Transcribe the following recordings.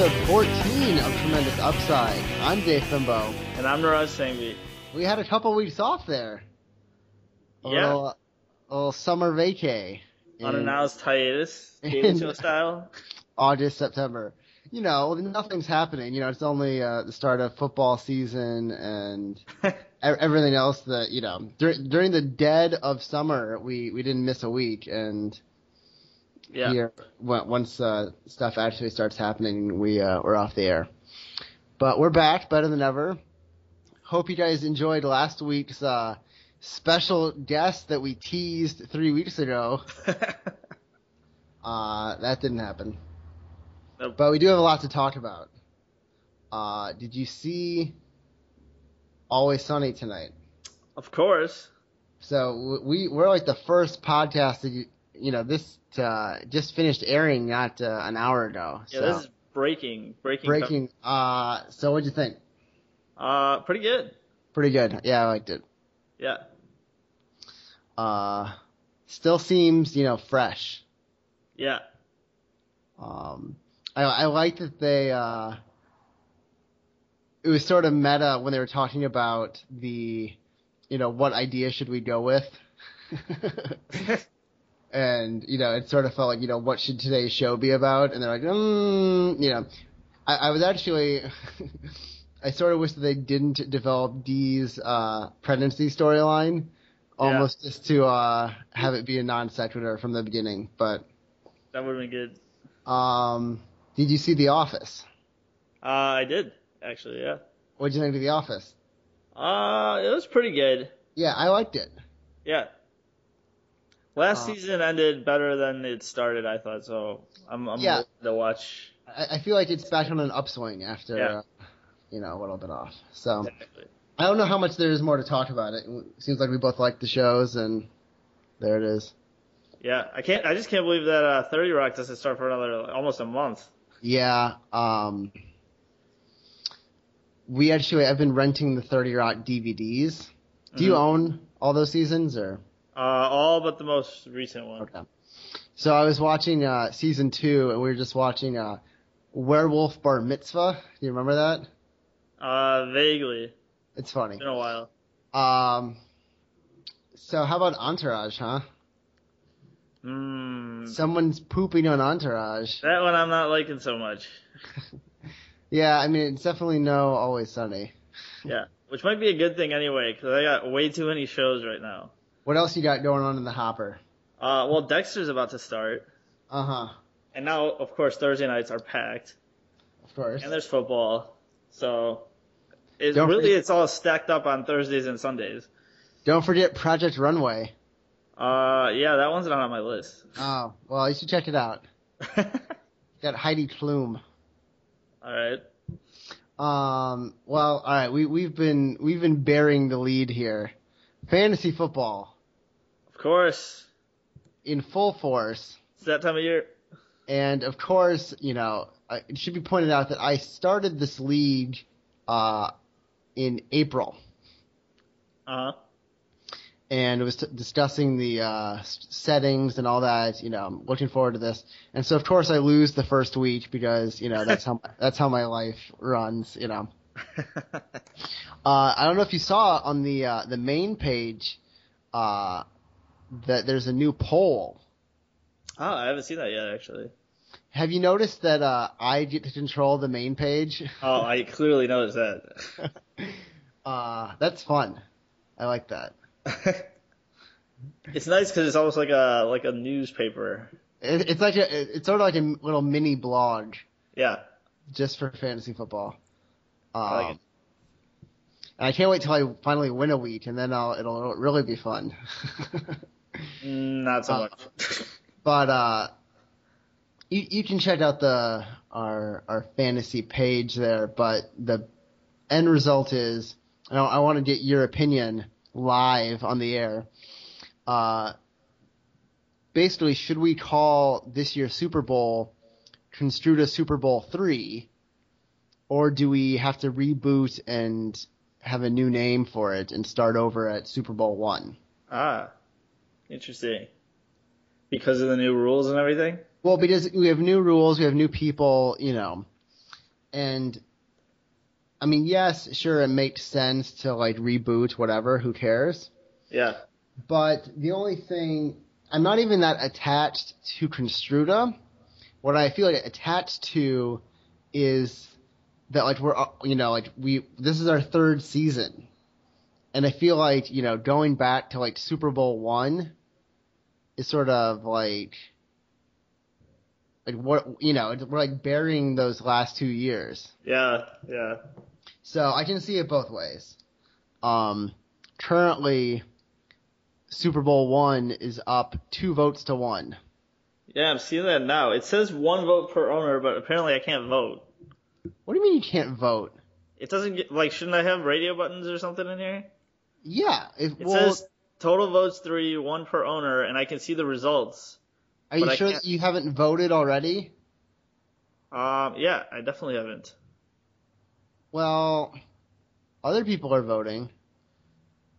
14 of Tremendous Upside. I'm Dave Fimbo. And I'm Naraj Sangvi. We had a couple weeks off there. A Yeah. little, a little summer vacay. in Unannounced hiatus, And- game show style. August, September. You know, nothing's happening. You know, it's only uh, the start of football season and e- everything else that, you know, dur- during the dead of summer, we, we didn't miss a week. And Yeah. here when, once uh, stuff actually starts happening, we uh, we're off the air. But we're back, better than ever. Hope you guys enjoyed last week's uh, special guest that we teased three weeks ago. Uh, that didn't happen, Nope. but we do have a lot to talk about. Uh, did you see Always Sunny tonight? of course. So w- we we're like the first podcast that you, you know this uh, just finished airing not uh, an hour ago. Yeah, so. this is breaking. Breaking. breaking. Uh, so what'd you think? Uh, pretty good. Pretty good. Yeah, I liked it. Yeah. Uh, still seems you know fresh. Yeah. Um, I I like that they. Uh, it was sort of meta when they were talking about the, you know, what idea should we go with. and you know, it sort of felt like you know, what should today's show be about? And they're like, mm, you know, I, I was actually, I sort of wish that they didn't develop Dee's uh, pregnancy storyline, almost just to uh, have it be a non sequitur from the beginning. But That would have been good. um, did you see The Office? Uh, I did, actually, yeah. What did you think of The Office? Uh, it was pretty good. Yeah, I liked it. Yeah. Last Uh, season ended better than it started, I thought, so I'm, I'm Yeah. willing to watch. I, I feel like it's back on an upswing after, Yeah. uh, you know, a little bit off. So Exactly. I don't know how much there is more to talk about. It seems like we both like the shows, and there it is. Yeah, I can't. I just can't believe that uh, Thirty Rock doesn't start for another like, almost a month. Yeah. Um, we actually, I've been renting the 30 Rock DVDs. Do you Mhm. own all those seasons or? Uh, all but the most recent one. Okay. So I was watching uh, season two, and we were just watching uh, Werewolf Bar Mitzvah. Do you remember that? Uh, vaguely. It's funny. Been a while. Um, so how about Entourage, huh? Hmm. Someone's pooping on Entourage. That one I'm not liking so much. Yeah, I mean it's definitely no Always Sunny. Yeah, which might be a good thing anyway, because I got way too many shows right now. What else you got going on in the hopper? Uh, well, Dexter's about to start, Uh huh. and now of course Thursday nights are packed, Of course. and there's football, so it's Don't really forget- it's all stacked up on Thursdays and Sundays. Don't forget Project Runway. Uh, yeah, that one's not on my list. Oh, well you should check it out. all Got Heidi Klum. right. Um. Well, all right. We we've been we've been bearing the lead here. Fantasy football Of course, in full force. it's that time of year. And of course, you know, I- it should be pointed out that I started this league uh, in April, Uh huh. and it was t- discussing the uh, s- settings and all that. You know, I'm looking forward to this. And so, of course, I lose the first week because you know that's how that's how my life runs. You know, uh, I don't know if you saw on the uh, the main page uh, that there's a new poll. oh, I haven't seen that yet actually. Have you noticed that uh, I get to control the main page? Oh, I clearly noticed Uh, that's fun. I like that. that. it's nice because it's almost like a like a newspaper. It, it's like a, it's sort of like a little mini blog Yeah. just for fantasy football. Um, like it. And I can't wait till I finally win a week, and then I'll, it'll really be fun. Mm, Not so Uh, much. but uh, you you can check out the our our fantasy page there. But the end result is, and I, I want to get your opinion live on the air. Uh, basically, should we call this year's Super Bowl construed as Super Bowl three, or do we have to reboot and have a new name for it and start over at Super Bowl one? ah, interesting. Because of the new rules and everything. Well, because we have new rules, we have new people, you know. And I mean, yes, sure, it makes sense to like reboot, whatever. Who cares? Yeah. But the only thing I'm not even that attached to Construda. What I feel like attached to is that like we're uh, you know like we this is our third season, and I feel like you know going back to like Super Bowl one is sort of like like what you know we're like burying those last two years. Yeah. Yeah. So I can see it both ways. Um, currently, Super Bowl one is up two votes to one. Yeah, I'm seeing that now. It says one vote per owner, but apparently I can't vote. What do you mean you can't vote? It doesn't get like shouldn't I have radio buttons or something in here? Yeah, if, It well, says total votes three, one per owner, and I can see the results. are you but I sure can't- that you haven't voted already? Um, yeah, I definitely haven't. Well, other people are voting.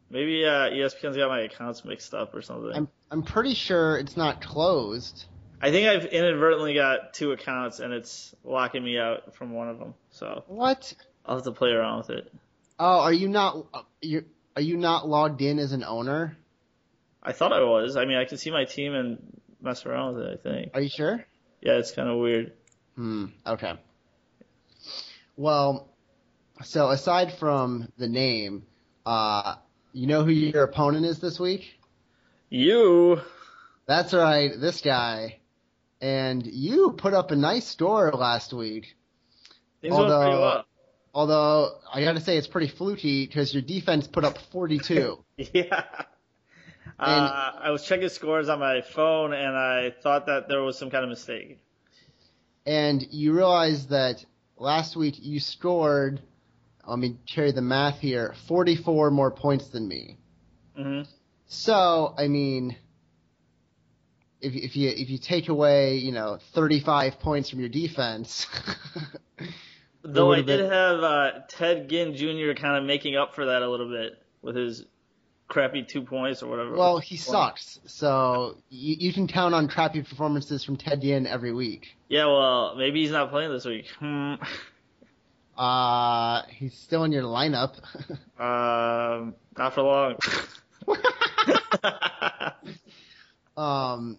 Maybe uh, ESPN's got my accounts mixed up or something. I'm I'm pretty sure it's not closed. I think I've inadvertently got two accounts and it's locking me out from one of them. So What? I'll have to play around with it. Oh, are you not you are you not logged in as an owner? I thought I was. I mean, I can see my team and mess around with it. I think. Are you sure? Yeah, it's kind of weird. Hmm. Okay. Well, so aside from the name, uh, you know who your opponent is this week? You. That's right, this guy. And you put up a nice score last week. Things went pretty Although- well. Although I gotta say it's pretty fluky because your defense put up 42. Yeah. Uh, I was checking scores on my phone and I thought that there was some kind of mistake. and you realize that last week you scored, let me carry the math here, 44 more points than me. hmm So, I mean, if, if you, if you take away, you know, 35 points from your defense, Though I would've did been- have uh, Ted Ginn Jr. kind of making up for that a little bit with his crappy two points or whatever. Well, he sucks, so you, you can count on crappy performances from Ted Yin every week. Yeah, well, maybe he's not playing this week. Hmm. Uh, he's still in your lineup. Um, not for long. um,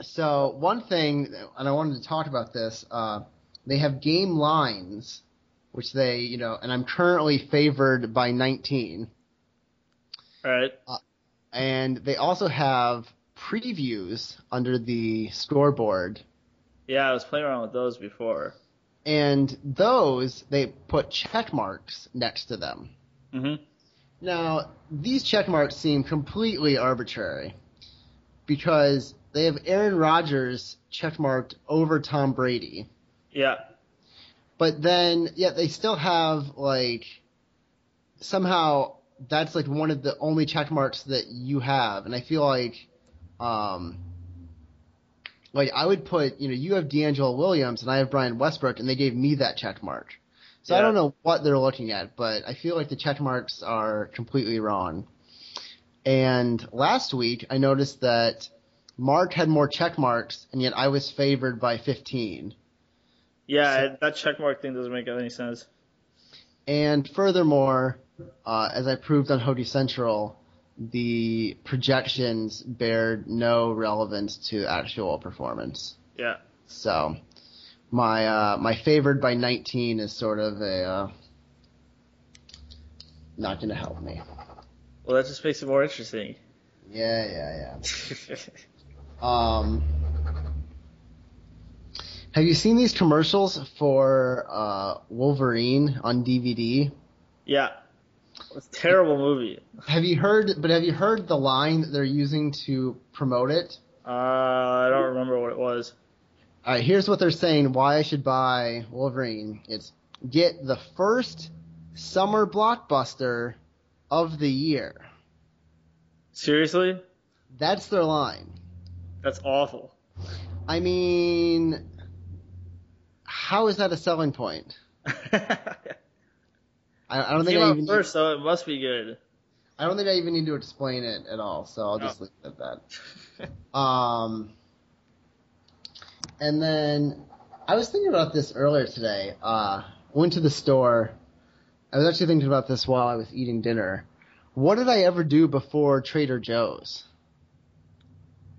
so one thing, and I wanted to talk about this. Uh, they have game lines, which they, you know, and I'm currently favored by 19, All right. and they also have previews under the scoreboard. Yeah, I was playing around with those before. and those they put check marks next to them. hmm Now, these check marks seem completely arbitrary because they have Aaron Rodgers check marked over Tom Brady, Yeah. but then yet they still have like somehow that's like one of the only check marks that you have, and I feel like um like I would put you know you have D'Angelo Williams and I have Brian Westbrook, and they gave me that check mark. So I Yeah. don't know what they're looking at, but I feel like the check marks are completely wrong. And last week I noticed that Mark had more check marks, and yet I was favored by 15. Yeah, that checkmark thing doesn't make any sense. And furthermore, uh, as I proved on Hody Central, the projections bear no relevance to actual performance. Yeah. So my uh, my favored by 19 is sort of a uh, not going to help me. Well, that just makes it more interesting. Yeah, yeah, yeah. Um, have you seen these commercials for uh, Wolverine on DVD? yeah. It's a terrible movie. Have you heard? But have you heard the line that they're using to promote it? Uh, I don't remember what it was. All right, Uh, here's what they're saying: Why I should buy Wolverine? It's get the first summer blockbuster of the year. Seriously? That's their line. That's awful. I mean, how is that a selling point? I I, I don't think came I out even need, first, so it must be good. I don't think I even need to explain it at all. So I'll No. just leave it at that. Um, and then I I was thinking about this earlier today. Uh, went to the store. I was actually thinking about this while I was eating dinner. What did I ever do before Trader Joe's?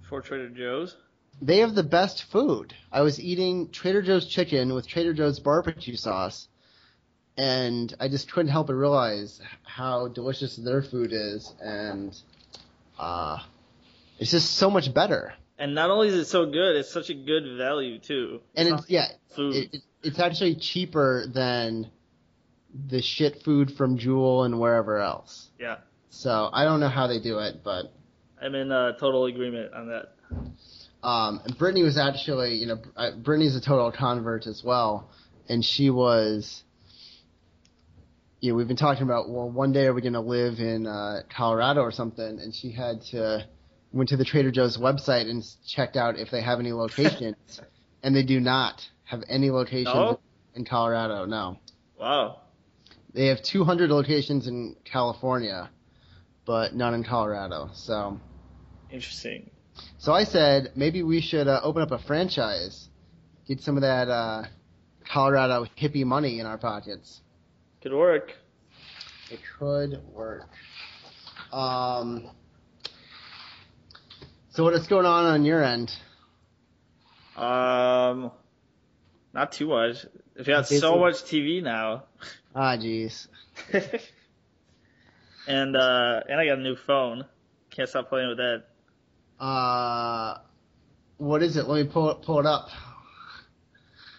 Before Trader Joe's? They have the best food. I was eating Trader Joe's chicken with Trader Joe's barbecue sauce, and I just couldn't help but realize how delicious their food is, and uh, it's just so much better. And not only is it so good, it's such a good value too. And not it's yeah, food. it, it, it's actually cheaper than the shit food from Jewel and wherever else. yeah, So I don't know how they do it, but I'm in uh, total agreement on that. um, and Brittany was actually, you know, uh, Brittany's a total convert as well, and she was. You know, we've been talking about well, one day are we going to live in uh, Colorado or something, and she had to went to the Trader Joe's website and s- checked out if they have any locations, and they do not have any locations No? in Colorado. No, Wow. they have 200 locations in California, but none in Colorado. So. Interesting. So I said maybe we should uh, open up a franchise, get some of that uh, Colorado hippie money in our pockets. Could work. It could work. Um, so what is going on on your end? Um, not too much. If you got Okay, so so- much TV now, Ah, jeez. and uh, and I got a new phone. Can't stop playing with that. Uh, what is it? Let me pull it, pull it up.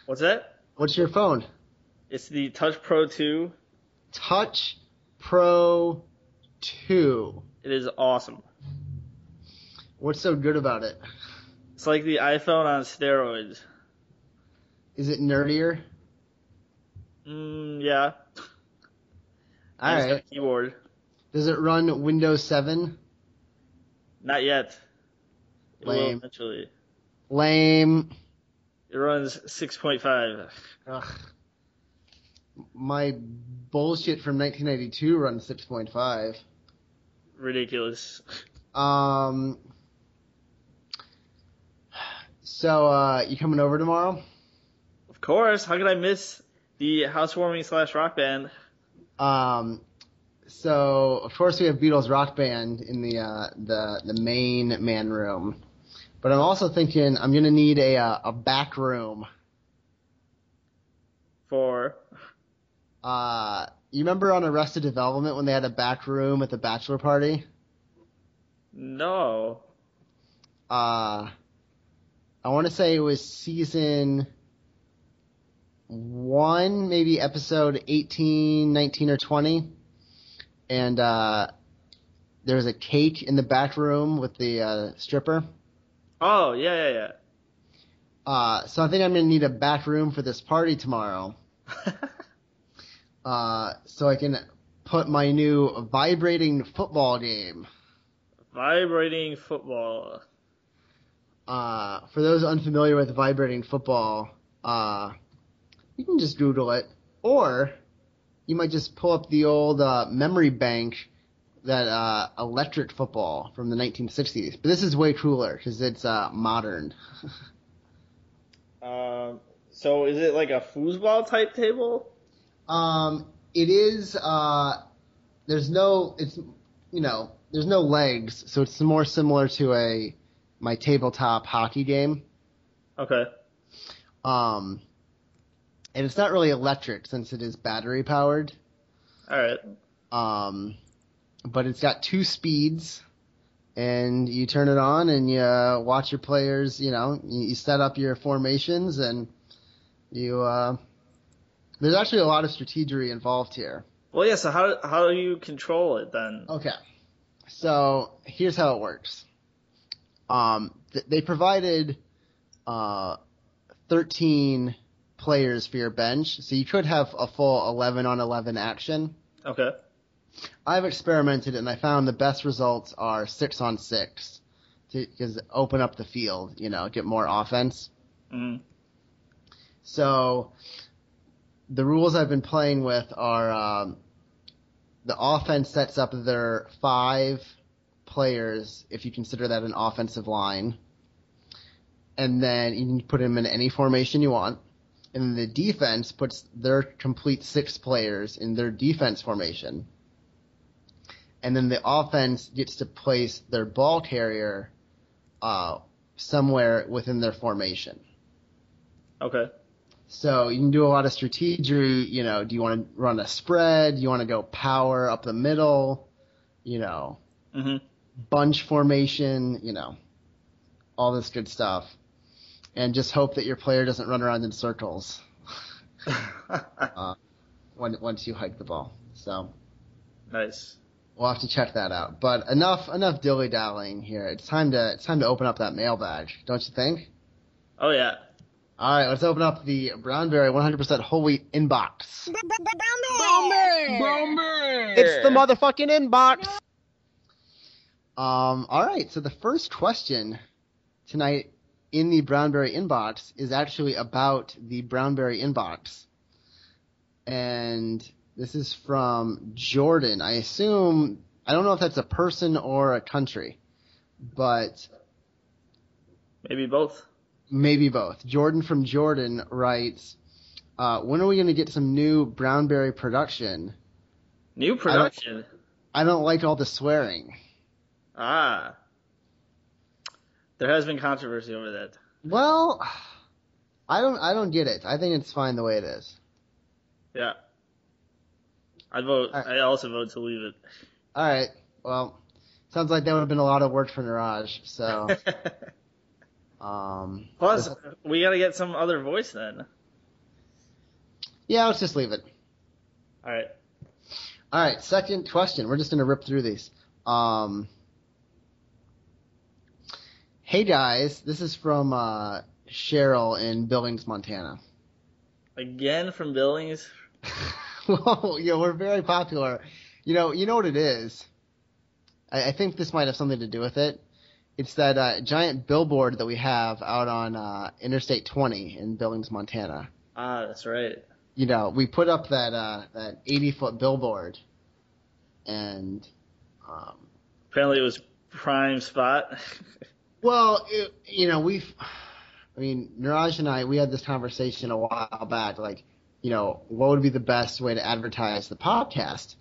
What's that? What's your phone? It's the Touch Pro 2. Touch Pro 2. It is awesome. What's so good about it? It's like the iPhone on steroids. Is it nerdier? Mm, yeah. All I just got right. a keyboard. Does it run Windows 7? Not yet. It will Lame. eventually. Lame. It runs 6.5. Ugh. My bullshit from 1992 runs 6.5. Ridiculous. Um. So uh, you coming over tomorrow? Of course. How could I miss the housewarming slash rock band? Um. So of course we have Beatles rock band in the uh, the the main man room, but I'm also thinking I'm gonna need a uh, a back room. for Uh, you remember on Arrested Development when they had a back room at the bachelor party? no. uh I want to say it was season 1, maybe episode 18, 19 or 20. And uh there was a cake in the back room with the uh stripper. Oh yeah yeah Uh so I think I'm going to need a back room for this party tomorrow. yeah. Uh so I can put my new vibrating football game. Vibrating football. uh, for those unfamiliar with vibrating football, uh, you can just Google it, or you might just pull up the old uh, memory bank that uh, electric football from the 1960s. But this is way cooler because it's uh, modern. Um, so is it like a foosball type table? Um, it is. Uh, there's no. It's you know. There's no legs, so it's more similar to a my tabletop hockey game. Okay. Um, and it's not really electric since it is battery powered. All right. Um, but it's got two speeds, and you turn it on and you uh, watch your players. You know, you you set up your formations and you. Uh, there's actually a lot of strategery involved here. Well, yeah. So how how do you control it then? Okay, so here's how it works. Um, th- they provided uh, 13 players for your bench, so you could have a full 11 on 11 action. Okay. I've experimented and I found the best results are six on six to because open up the field, you know, get more offense. Mm. So the rules I've been playing with are um, the offense sets up their five players, if you consider that an offensive line, and then you can put them in any formation you want. and the defense puts their complete six players in their defense formation. And then the offense gets to place their ball carrier uh, somewhere within their formation. Okay. So you can do a lot of strategy. You know, do you want to run a spread? Do you want to go power up the middle? You know, hmm bunch formation. You know, all this good stuff. And just hope that your player doesn't run around in circles when, once you hike the ball. So nice. we'll have to check that out. But enough enough dilly dallying here. It's time to it's time to open up that mailbag, don't you think? Oh yeah. All right, let's open up the Brownberry 100% whole wheat inbox. It's the motherfucking inbox. Um, all right, so the first question tonight in the Brownberry inbox is actually about the Brownberry inbox. And this is from Jordan. I assume, I don't know if that's a person or a country, but Maybe both. Maybe both. Jordan from Jordan writes, uh, when are we going to get some new Brownberry production? New production. I don't like all the swearing. Ah. There has been controversy over that. Well, I don't, I don't get it. I think it's fine the way it is. Yeah. I vote. Alright. I also vote to leave it. All right. Well, sounds like that would have been a lot of work for Niraj. So, um, Plus, we gotta get some other voice then. yeah, let's just leave it. All right. All right, second question. We're just gonna rip through these. Um, hey guys, this is from uh, Cheryl in Billings, Montana. Again from Billings. Whoa, yeah, we're very popular. You know, you know what it is. I, I think this might have something to do with it. It's that uh, giant billboard that we have out on uh, Interstate 20 in Billings, Montana. Ah, that's right. you know, we put up that uh, that 80 foot billboard, and um, Apparently, it was prime spot. well, it, you know, we've, I mean, Niraj and I, we had this conversation a while back, like, you know, what would be the best way to advertise the podcast?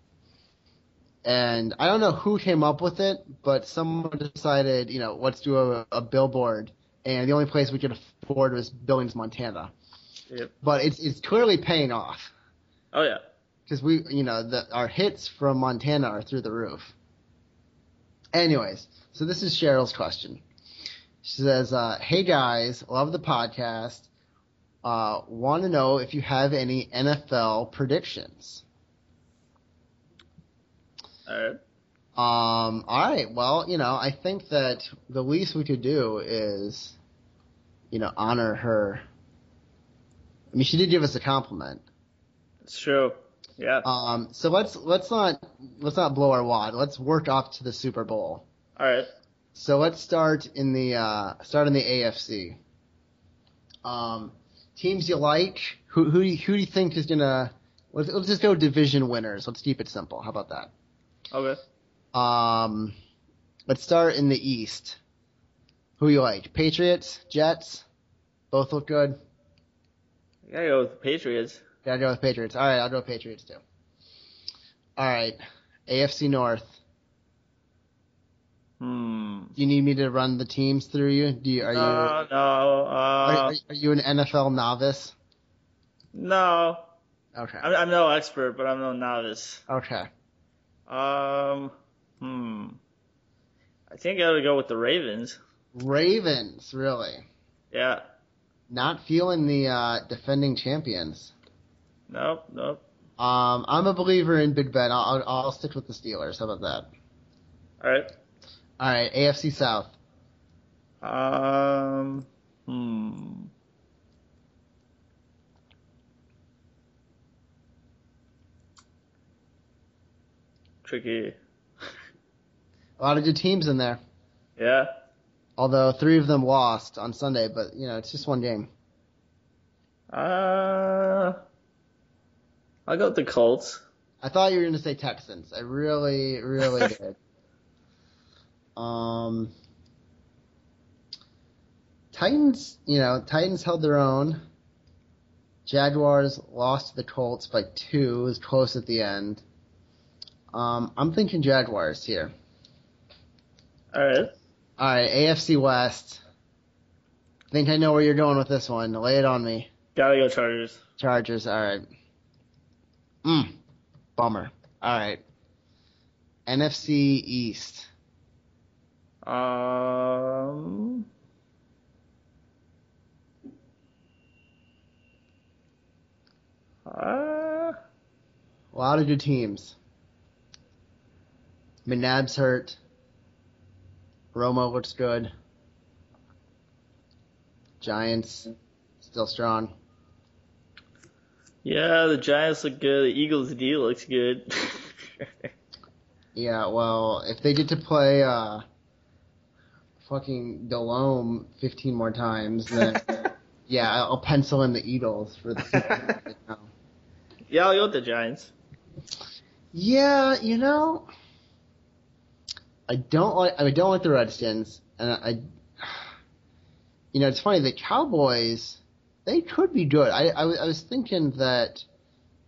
And I don't know who came up with it, but someone decided, you know, let's do a, a billboard, and the only place we could afford was Billings, Montana. Yep. But it's it's clearly paying off. Oh yeah. because we, you know, the, our hits from Montana are through the roof. Anyways, so this is Cheryl's question. She says, uh, "Hey guys, love the podcast. Uh, Want to know if you have any NFL predictions?" All right. Um, all right. Well, you know, I think that the least we could do is, you know, honor her. I mean, she did give us a compliment. It's true. Yeah. Um, so let's let's not let's not blow our wad. Let's work up to the Super Bowl. All right. So let's start in the uh, start in the AFC. Um, teams you like? Who who do you, who do you think is gonna? Let's, let's just go division winners. Let's keep it simple. How about that? Okay. Um, let's start in the East. Who you like? Patriots, Jets, both look good. I gotta go with the Patriots. Gotta go with Patriots. All right, I'll go with Patriots too. All right, AFC North. Hmm. Do you need me to run the teams through you? Do you, are you No, no, are, uh, are- are you an NFL novice? no. Okay. I'm, I'm no expert, but I'm no novice. Okay. Um, hmm. I think I would go with the Ravens. Ravens, really Yeah. not feeling the uh, defending champions. Nope. Nope. Um, I'm a believer in Big Ben. I'll, I'll, I'll stick with the Steelers. How about that? All right. All right, AFC South. Um. Hmm. Tricky. A lot of good teams in there. Yeah. Although three of them lost on Sunday, but you know it's just one game. Uh. I'll go with the Colts. I thought you were going to say Texans. I really, really did. Um, Titans, you know, Titans held their own. Jaguars lost to the Colts by two. It was close at the end. Um, I'm thinking Jaguars here. All right. All right, AFC West. I think I know where you're going with this one. Lay it on me. Gotta go Chargers. Chargers. All right. Mm, bummer. All right. NFC East. Um. Uh, A lot of good teams. McNabb's hurt. Romo looks good. Giants still strong. yeah, the Giants look good. The Eagles' D looks good. Yeah, well, if they get to play uh, fucking Delome 15 more times, then yeah, I'll I'll pencil in the Eagles for the. yeah, I'll go with the Giants. yeah, you know, I don't like I don't like the Redskins, and I, you know, it's funny the Cowboys, they could be good. I I, was- I was thinking that,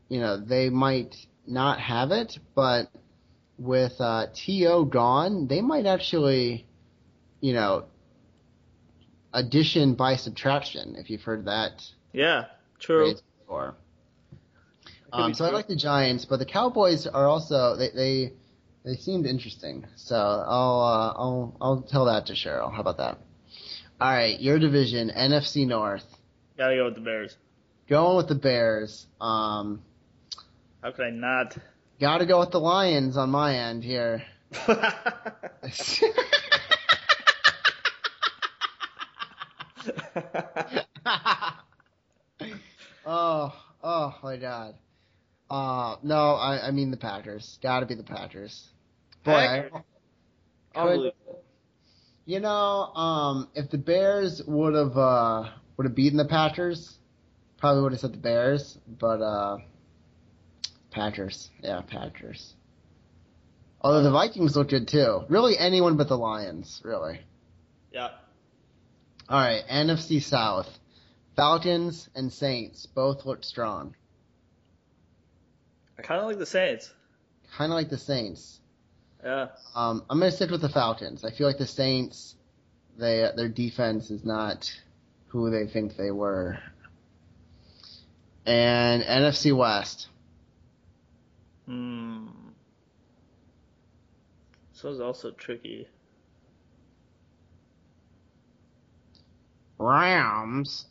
you know, they might not have it, but with uh, To gone, they might actually, you know, addition by subtraction. If you've heard that Yeah, true. phrase before. could Um, be so I true. like the Giants, but the Cowboys are also they they, they seemed interesting. So I'll uh, I'll I'll tell that to Cheryl. How about that? All right, your division NFC North. Gotta go with the Bears. Going with the Bears. Um, How could I not? got to go with the Lions on my end here. oh, oh my God. Uh, no, I, I mean the Packers. Got to be the Packers. Boy, I, Packers. Unbelievable. you know, um, if the Bears would have uh, would have beaten the Packers, probably would have said the Bears, but uh, Packers, yeah, Packers. Although the Vikings look good too. Really, anyone but the Lions, really. yeah. All right, NFC South. Falcons and Saints both looked strong. I kind of like the Saints. Kind of like the Saints. Yeah. Um, I'm going to stick with the Falcons. I feel like the Saints, they their defense is not who they think they were. And NFC West. Hmm. This one's also tricky. Rams.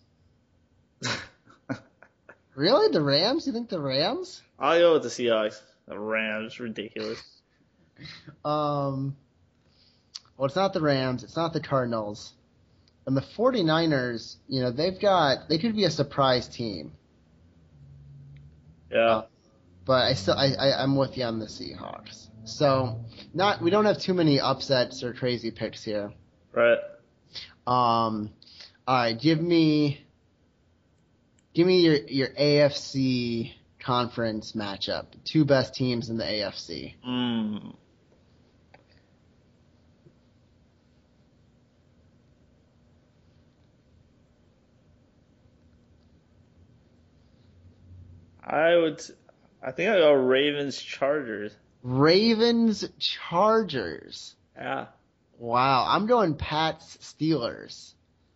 Really? The Rams? You think the Rams? I'll go with the Seahawks. The Rams, ridiculous. Um, well, it's not the Rams. It's not the Cardinals. And the 49ers, you know, they've got, they could be a surprise team. Yeah. but I still I, I I'm with you on the Seahawks. So not we don't have too many upsets or crazy picks here. Right. Um, all right, give me give me your your AFC conference matchup. Two best teams in the AFC. Hmm. I would. I think I go Ravens Chargers. Ravens Chargers. Yeah. Wow, I'm going Pats Steelers.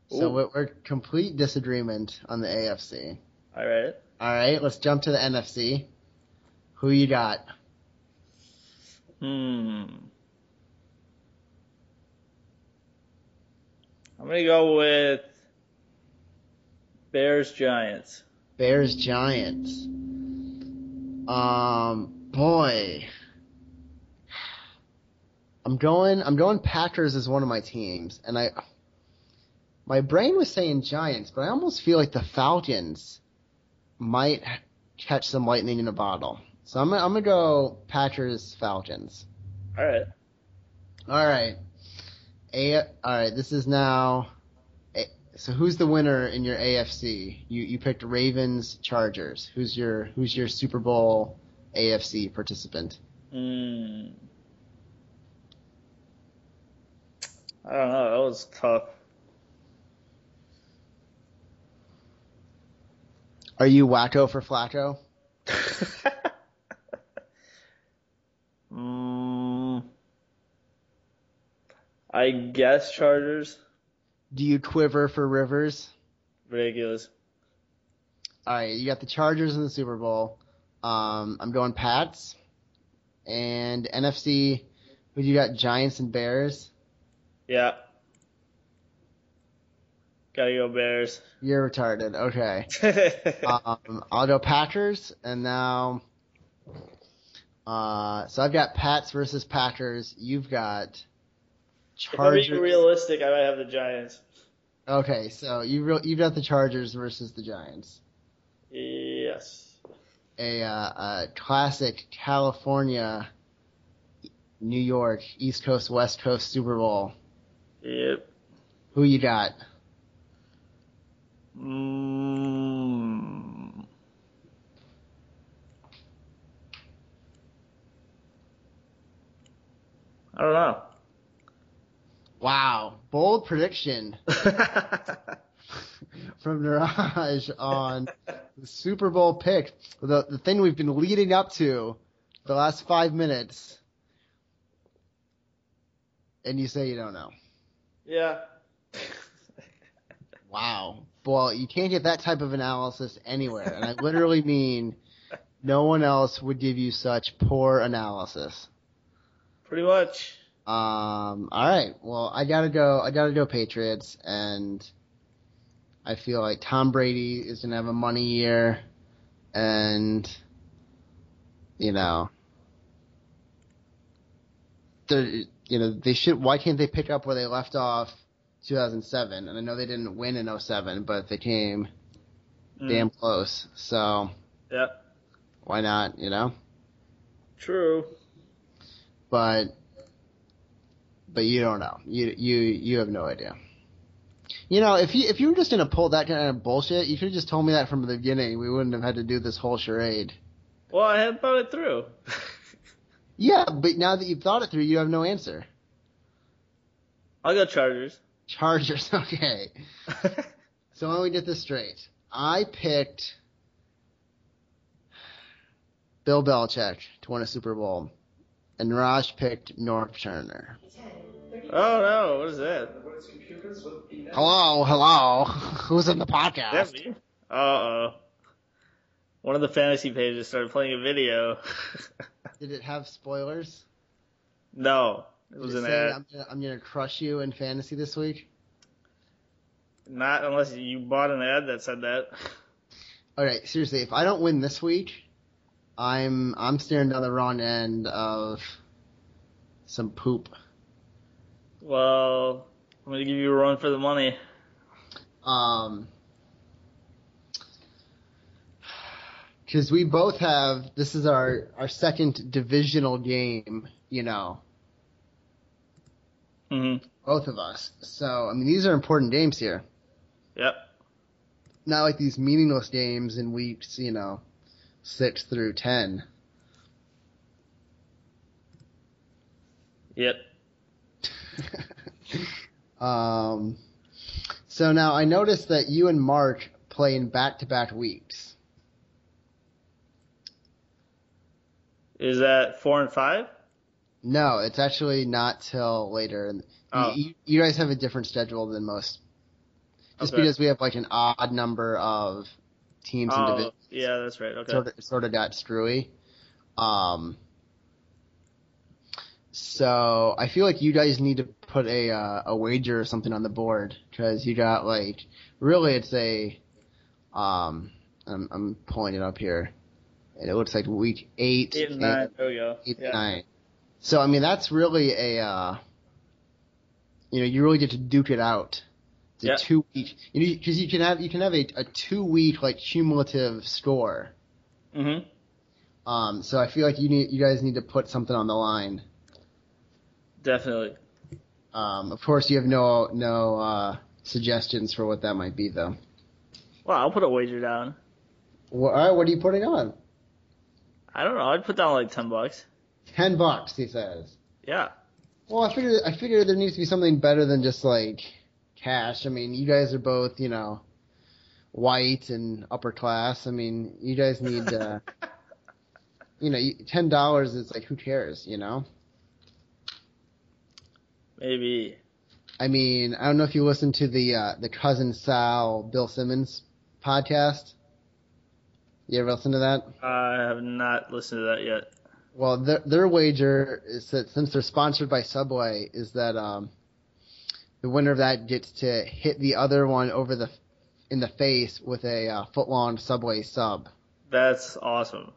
So Ooh. we're, we're complete disagreement on the AFC. All right. All right, let's jump to the NFC. Who you got? Hmm. I'm gonna go with Bears Giants. Bears Giants. Um, boy, I'm going. I'm going Packers as one of my teams, and I. My brain was saying Giants, but I almost feel like the Falcons might catch some lightning in a bottle. So I'm, gonna- I'm gonna go Packers Falcons. All right. All right, a. All right, this is now. a- So who's the winner in your AFC? You you picked Ravens Chargers. Who's your who's your Super Bowl AFC participant? Hmm. I don't know. That was tough. Are you wacko for Flacco? mm, I guess Chargers. Do you quiver for Rivers? Ridiculous. All right, you got the Chargers in the Super Bowl. Um, I'm going Pats. And NFC, who you got? Giants and Bears. Yeah. Gotta go Bears. You're retarded. Okay. Uh, um, I'll go Packers, and now. Uh, so I've got Pats versus Packers. You've got Chargers. If I'm being realistic, I might have the Giants. Okay, so you re- you've got the Chargers versus the Giants. Yes. A, uh, a classic California, New York, East Coast, West Coast Super Bowl. Yep. Who you got? Mm. I don't know. Wow, bold prediction from Niraj on the Super Bowl pick. The the thing we've been leading up to the last five minutes, and you say you don't know. Yeah. Wow. Well, you can't get that type of analysis anywhere, and I literally mean no one else would give you such poor analysis. Pretty much. Um. All right. Well, I gotta go. I gotta go Patriots, and I feel like Tom Brady is gonna have a money year, and you know, they you know they should. Why can't they pick up where they left off 2007? And I know they didn't win in 07, but they came Mm. damn close. So Yeah. why not? You know. True. but but you don't know. You you you have no idea. You know, if you if you were just gonna pull that kind of bullshit, you should have just told me that from the beginning. We wouldn't have had to do this whole charade. Well, I had thought it through. Yeah, but now that you've thought it through, you have no answer. I'll go Chargers. Chargers, okay. So why don't we get this straight? I picked Bill Belichick to win a Super Bowl, and Raj picked North Turner. oh no, what is that? Hello, hello. Who's in the Is podcast? that me? Uh oh. One of the fantasy pages started playing a video. Did it have spoilers? no, it was Did an say, ad. I'm gonna, I'm gonna crush you in fantasy this week. Not unless you bought an ad that said that. All right, seriously, if I don't win this week, I'm I'm staring down the wrong end of some poop. Well, I'm gonna give you a run for the money. Um, because we both have this is our our second divisional game, you know, hmm both of us. So I mean, these are important games here. Yep. not like these meaningless games in weeks, you know, six through ten. Yep. um, so now I noticed that you and Mark play in back-to-back weeks. Is that four and five? No, it's actually not till later. And Oh. you, you guys have a different schedule than most, just Okay. because we have like an odd number of teams and Oh, divisions. yeah, that's right. Okay. sort of sort of got screwy. Um, so I feel like you guys need to put a uh, a wager or something on the board because you got like really it's a um I'm I'm pulling it up here and it looks like week eight, Eight and and nine. There we go. eight and Yeah. nine. So I mean that's really a uh, you know you really get to duke it out. It's Yeah. a two week because you can have you can have a, a two week like cumulative score. Mhm. Um, so I feel like you need, you guys need to put something on the line. Definitely. Um, of course, you have no no uh, suggestions for what that might be, though. Well, I'll put a wager down. Well, all right, what are you putting on? I don't know. I'd put down like ten bucks. Ten bucks, he says. Yeah. Well, I figured I figured there needs to be something better than just like cash. I mean, you guys are both you know white and upper class. I mean, you guys need, uh, you know, ten dollars is like who cares, you know? Maybe. I mean, I don't know if you listened to the uh, the cousin Sal Bill Simmons podcast. You ever listen to that? I have not listened to that yet. Well, their their wager is that since they're sponsored by Subway, is that um, the winner of that gets to hit the other one over the in the face with a uh, foot long Subway sub. That's awesome.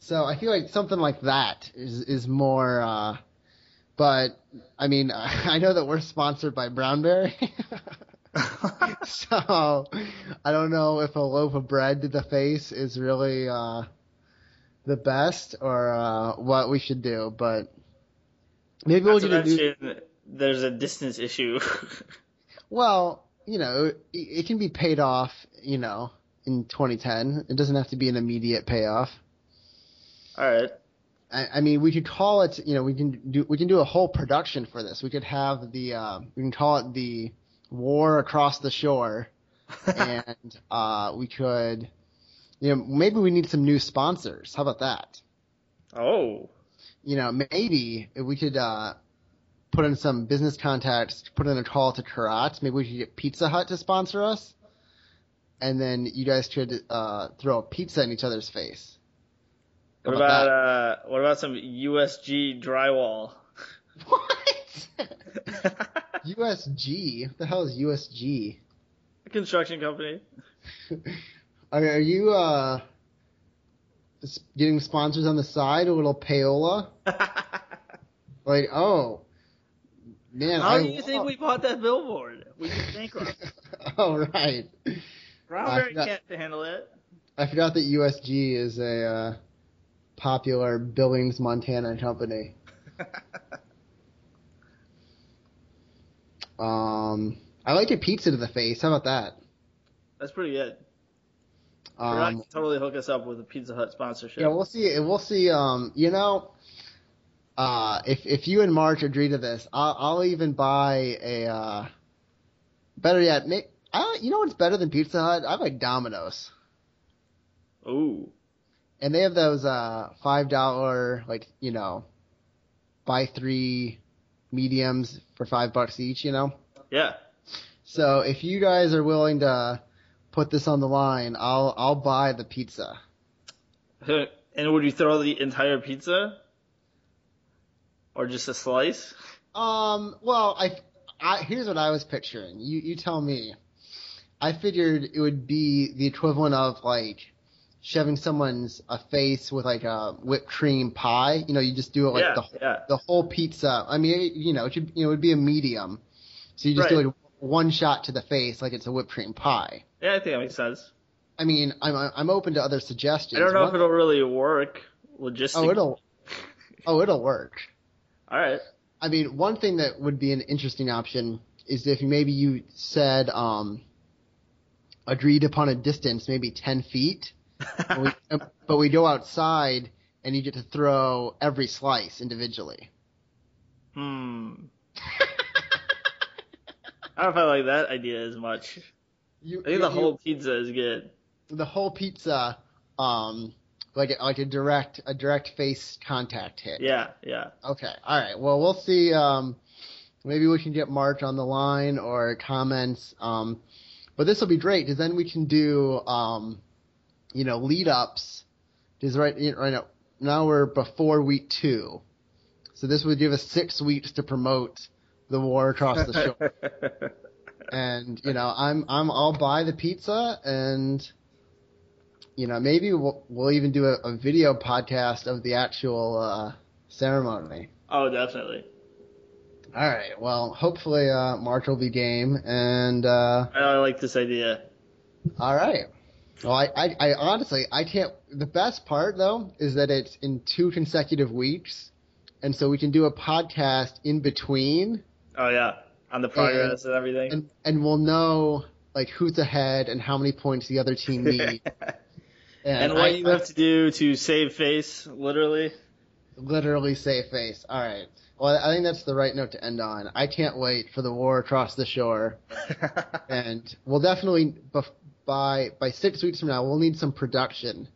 so I feel like something like that is is more. Uh, but I mean, I know that we're sponsored by Brownberry. so I don't know if a loaf of bread to the face is really uh, the best or uh, what we should do, but maybe Not we'll to get a new. mention, there's a distance issue. Well, you know, it, it can be paid off. You know, in 2010, it doesn't have to be an immediate payoff. All right. I, I mean, we could call it. You know, we can do we can do a whole production for this. We could have the uh, we can call it the War Across the Shore, and uh, we could, you know, maybe we need some new sponsors. How about that? Oh. You know, maybe if we could uh, put in some business contacts, put in a call to Karat. Maybe we could get Pizza Hut to sponsor us, and then you guys could uh, throw a pizza in each other's face. How What about uh, what about some USG drywall? that? what? USG? What the hell is USG? Construction company. Are, are you uh s- getting sponsors on the side? A little payola? Like, oh man, How I do you think love- we bought that billboard? We just bankrupt. oh right, Brownberry Uh, can't handle it. I forgot that USG is a uh, popular Billings, Montana company. Um, I like a pizza to the face. How about that? That's pretty good. We're Um, not totally hook us up with a Pizza Hut sponsorship. Yeah, we'll see. We'll see. Um, you know, uh, if if you and March agree to this, I'll, I'll even buy a. Uh, better yet, make, I, you know what's better than Pizza Hut? I like Domino's, Ooh. and they have those uh, five dollar like you know, buy three mediums for five bucks each. You know, Yeah. so if you guys are willing to put this on the line, I'll I'll buy the pizza. And would you throw the entire pizza? Or just a slice? Um. Well, I, I here's what I was picturing. You you tell me. I figured it would be the equivalent of like shoving someone's a face with like a whipped cream pie. You know, you just do it like yeah, the whole yeah. the whole pizza. I mean, it, you know, it should you know, it would be a medium. So you just Right. do like one shot to the face, like it's a whipped cream pie. Yeah, I think that makes sense. I mean, I'm I'm open to other suggestions. I don't know if One- it'll really work logistically. oh, it'll oh, it'll work. All right. I mean, one thing that would be an interesting option is if maybe you said um, agreed upon a distance, maybe ten feet, but we, but we go outside and you get to throw every slice individually. Hmm. I don't know if I like that idea as much. You, I think the whole pizza is good. the whole pizza, um, like a, like a direct a direct face contact hit. Yeah, yeah. Okay. All right. Well, we'll see. Um, maybe we can get March on the line or comments. Um, but this will be great because then we can do, um, you know, lead ups. Because right, you know, right now, now we're before week two. So this would give us six weeks to promote the war across the shore. and, you know, I'm, I'm, I'll buy the pizza and, you know, maybe we'll, we'll even do a, a video podcast of the actual, uh, ceremony. Oh, definitely. All right. Well, hopefully uh, March will be game. And uh, I I like this idea. all right. Well, I, I, I honestly I can't. The best part though is that it's in two consecutive weeks, and so we can do a podcast in between, Oh yeah, on the progress and, everything. and and we'll know like who's ahead and how many points the other team need. and what I- you I have to do to save face, literally. literally save face. All right. Well, I think that's the right note to end on. I can't wait for the war across the shore. and we'll definitely bef- by by six weeks from now, we'll need some production.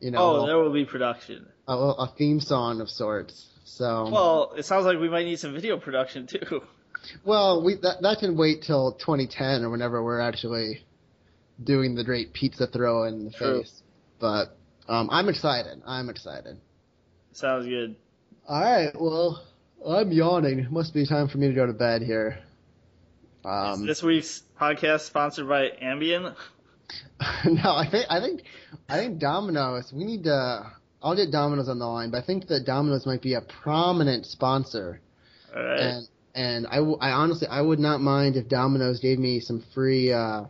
You know, Oh, there will be production. a, a theme song of sorts. So well, Well, it sounds like we might need some video production too. we that that can wait till 2010 or whenever we're actually doing the great pizza throw in the True. face. But um, I'm excited. I'm excited. Sounds good. All right. Well, I'm yawning. Must be time for me to go to bed here. Um, this week's podcast sponsored by Ambien. no, I think I think I think Domino's. We need to. I'll get Domino's on the line, but I think that Domino's might be a prominent sponsor, All right. and and I, w- I honestly I would not mind if Domino's gave me some free uh,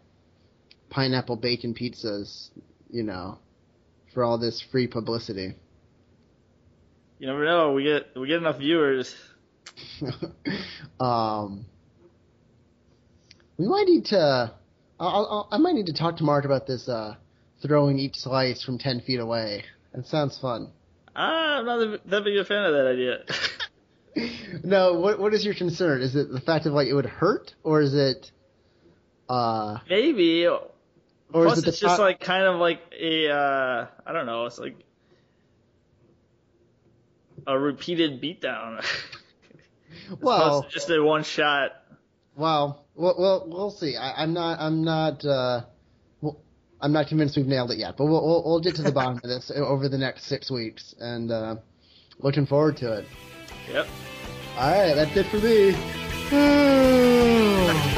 pineapple bacon pizzas, you know, for all this free publicity. you never know. We get we get enough viewers. um, we might need to. I'll, I'll, I might need to talk to Mark about this uh, throwing each slice from ten feet away. That sounds fun. Ah, I'm not that big a fan of that idea. No, what what is your concern? Is it the fact of like it would hurt, or is it, uh, Maybe. or Plus, is it the it's just pro- like kind of like a uh, I don't know. It's like a repeated beatdown. well, Plus, just a one shot. well, well, well, we'll see. I, I'm not, I'm not, uh, well, I'm not convinced we've nailed it yet, but we'll we'll, we'll get to the bottom of this over the next six weeks, and uh, looking forward to it. Yep. All right, that's it for me.